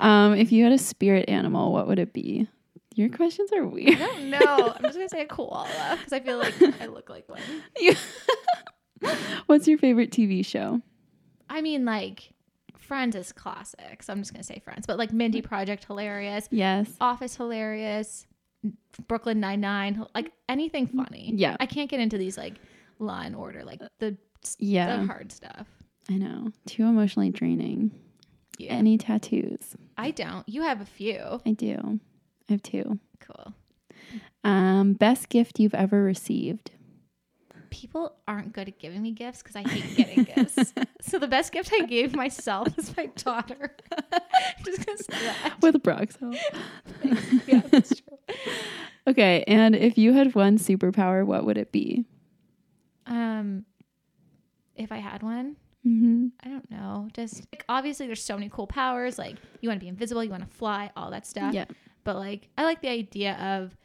S2: um, if you had a spirit animal, what would it be? Your questions are weird.
S1: I don't know. I'm just gonna say a koala because I feel like I look like one.
S2: What's your favorite TV show?
S1: I mean, like Friends is classic, so I'm just gonna say Friends. But like Mindy
S2: Mm-hmm.
S1: Project, hilarious.
S2: Yes.
S1: Office hilarious, Brooklyn Nine Nine, like anything funny.
S2: Yeah.
S1: I can't get into these like Law and Order, like the,
S2: Yeah.
S1: the hard stuff.
S2: I know. Too emotionally draining.
S1: Yeah.
S2: Any tattoos?
S1: I don't. You have a few.
S2: I do. I have two.
S1: Cool.
S2: Um, best gift you've ever received.
S1: People aren't good at giving me gifts because I hate getting gifts. So the best gift I gave myself is my daughter. Just gonna say that.
S2: With Brock's help.
S1: Yeah, that's true.
S2: Okay, and if you had one superpower, what would it be?
S1: Um, if I had one,
S2: Mm-hmm.
S1: I don't know. Just like, obviously, there's so many cool powers. Like you want to be invisible, you want to fly, all that stuff.
S2: Yeah.
S1: But like, I like the idea of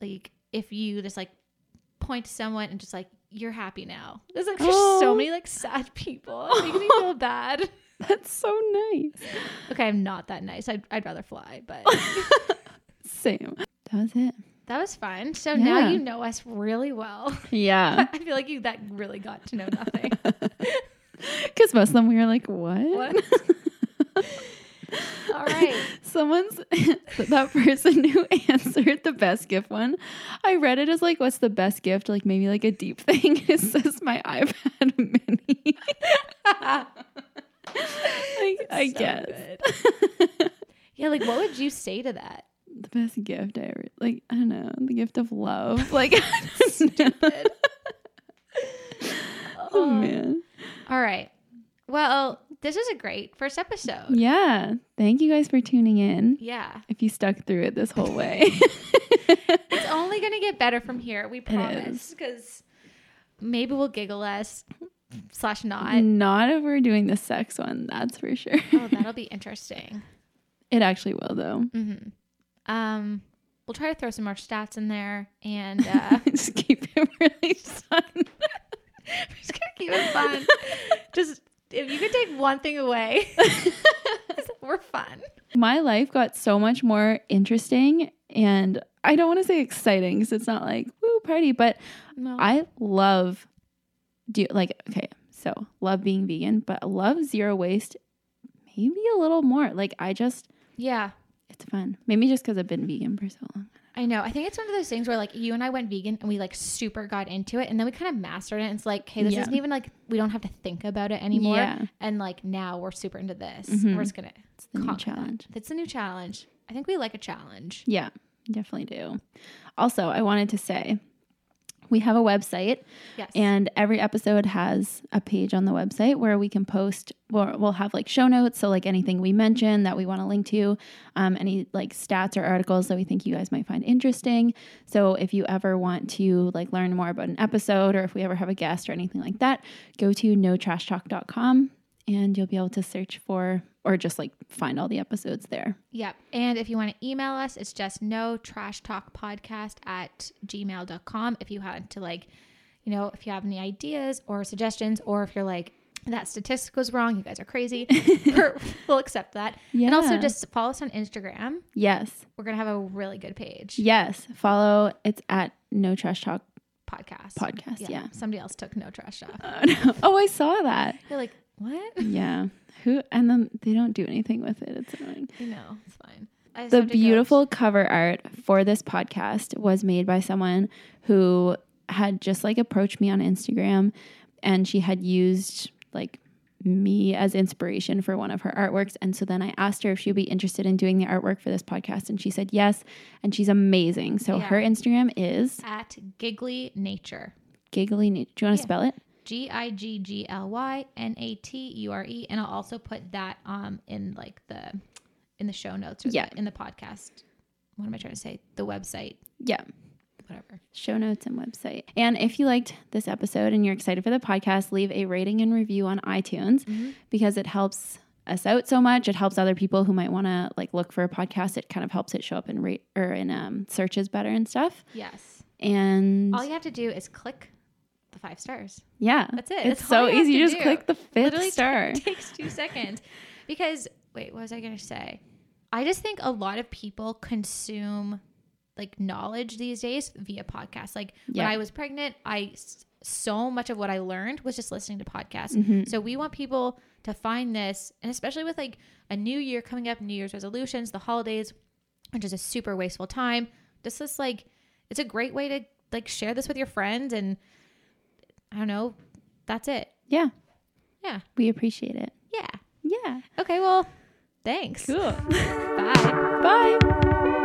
S1: like if you just like point to someone and just like you're happy now. There's like there's so
S2: Oh.
S1: many like sad people. It makes me feel bad.
S2: That's so nice.
S1: Okay, I'm not that nice. I'd I'd rather fly, but
S2: Same. That was it.
S1: That was fun. So now
S2: Yeah.
S1: you know us really well.
S2: Yeah.
S1: I feel like you that really got to know nothing.
S2: Because most of them we were like, what?
S1: What? All right.
S2: Someone's that person who answered the best gift one. I read it as like, what's the best gift? Like maybe like a deep thing. It says my iPad mini. like, I
S1: So
S2: guess
S1: good. Yeah, like what would you say to that?
S2: the best gift I ever like. I don't know the gift of love. Like I don't know. Oh
S1: Um,
S2: man.
S1: All right. Well, this is a great first episode.
S2: Yeah. Thank you guys for tuning in.
S1: Yeah.
S2: If you stuck through it this whole way.
S1: It's only going to get better from here. We promise.
S2: is.
S1: Because maybe we'll giggle us slash not.
S2: Not if we're doing the sex one, that's for sure.
S1: Oh, that'll be interesting.
S2: It actually will though.
S1: hmm Um, we'll try to throw some more stats in there and uh,
S2: Just keep it really fun.
S1: just gonna keep it fun. just if you could take one thing away, we're fun.
S2: My life got so much more interesting and I don't want to say exciting because it's not like woo party, but
S1: No.
S2: I love do like okay, so love being vegan, but I love zero waste maybe a little more. Like I just
S1: yeah,
S2: it's fun. Maybe just because I've been vegan for so long.
S1: I know. I think it's one of those things where like you and I went vegan and we like super got into it, and then we kind of mastered it. And it's like, hey, this
S2: Yeah.
S1: isn't even like we don't have to think about it anymore.
S2: Yeah.
S1: And like now we're super into this.
S2: Mhm.
S1: We're just gonna
S2: It's the new
S1: conquer that.
S2: challenge.
S1: That's a new challenge. I think we like a challenge.
S2: Yeah, definitely do. Also, I wanted to say we have a website
S1: Yes.
S2: And every episode has a page on the website where we can post, or we'll have like show notes. So, like anything we mention that we want to link to, um, any like stats or articles that we think you guys might find interesting. So, if you ever want to like learn more about an episode or if we ever have a guest or anything like that, go to notrashtalk.com and you'll be able to search for or just like find all the episodes there.
S1: Yep. And if you want to email us, it's just no trash talk podcast at gmail.com. If you had to like, you know, if you have any ideas or suggestions, or if you're like, that statistic was wrong, you guys are crazy, we're- we'll accept that. And also
S2: Yeah.
S1: just follow us on Instagram.
S2: Yes,
S1: We're going to have a really good page
S2: yes, follow it's at no trash talk
S1: podcast.
S2: podcast.
S1: Yeah.
S2: yeah.
S1: Somebody else took no trash talk.
S2: Oh, no. oh, I saw that.
S1: You're like, what?
S2: Yeah. Who and then they don't do anything with it. It's annoying.
S1: You know, it's fine. I just
S2: The
S1: have to go-
S2: beautiful cover art for this podcast was made by someone who had just like approached me on Instagram and she had used like me as inspiration for one of her artworks. And so then I asked her if she'd be interested in doing the artwork for this podcast and she said yes. And she's amazing. So
S1: Yeah.
S2: her Instagram is
S1: at Giggly Nature.
S2: giggly. Na- Do you want to
S1: Yeah.
S2: spell it?
S1: G I G G L Y N A T U R E, and I'll also put that um in like the in the show notes or
S2: Yeah.
S1: the, in the podcast. What am I trying to say? The website,
S2: Yeah.
S1: whatever.
S2: show notes and website. And if you liked this episode and you're excited for the podcast, leave a rating and review on iTunes because it helps us out so much. It helps other people who might want to like look for a podcast. It kind of helps it show up in rate or in um, searches better and stuff.
S1: Yes.
S2: And
S1: All you have to do is click the five stars.
S2: yeah,
S1: That's it.
S2: It's
S1: That's all
S2: so
S1: you have
S2: easy.
S1: to
S2: You just
S1: do.
S2: click the fifth
S1: Literally
S2: star.
S1: takes two seconds. Because wait, what was I gonna say? I just think a lot of people consume like knowledge these days via podcasts. Like
S2: Yeah.
S1: when I was pregnant, I s- so much of what I learned was just listening to podcasts.
S2: Mm-hmm.
S1: So we want people to find this, and especially with like a new year coming up, New Year's resolutions, the holidays, which is a super wasteful time. Just this like it's a great way to like share this with your friends and I don't know, that's it.
S2: yeah,
S1: Yeah.
S2: we appreciate it.
S1: Yeah.
S2: Yeah,
S1: Okay, well, thanks.
S2: cool.
S1: Bye.
S2: Bye.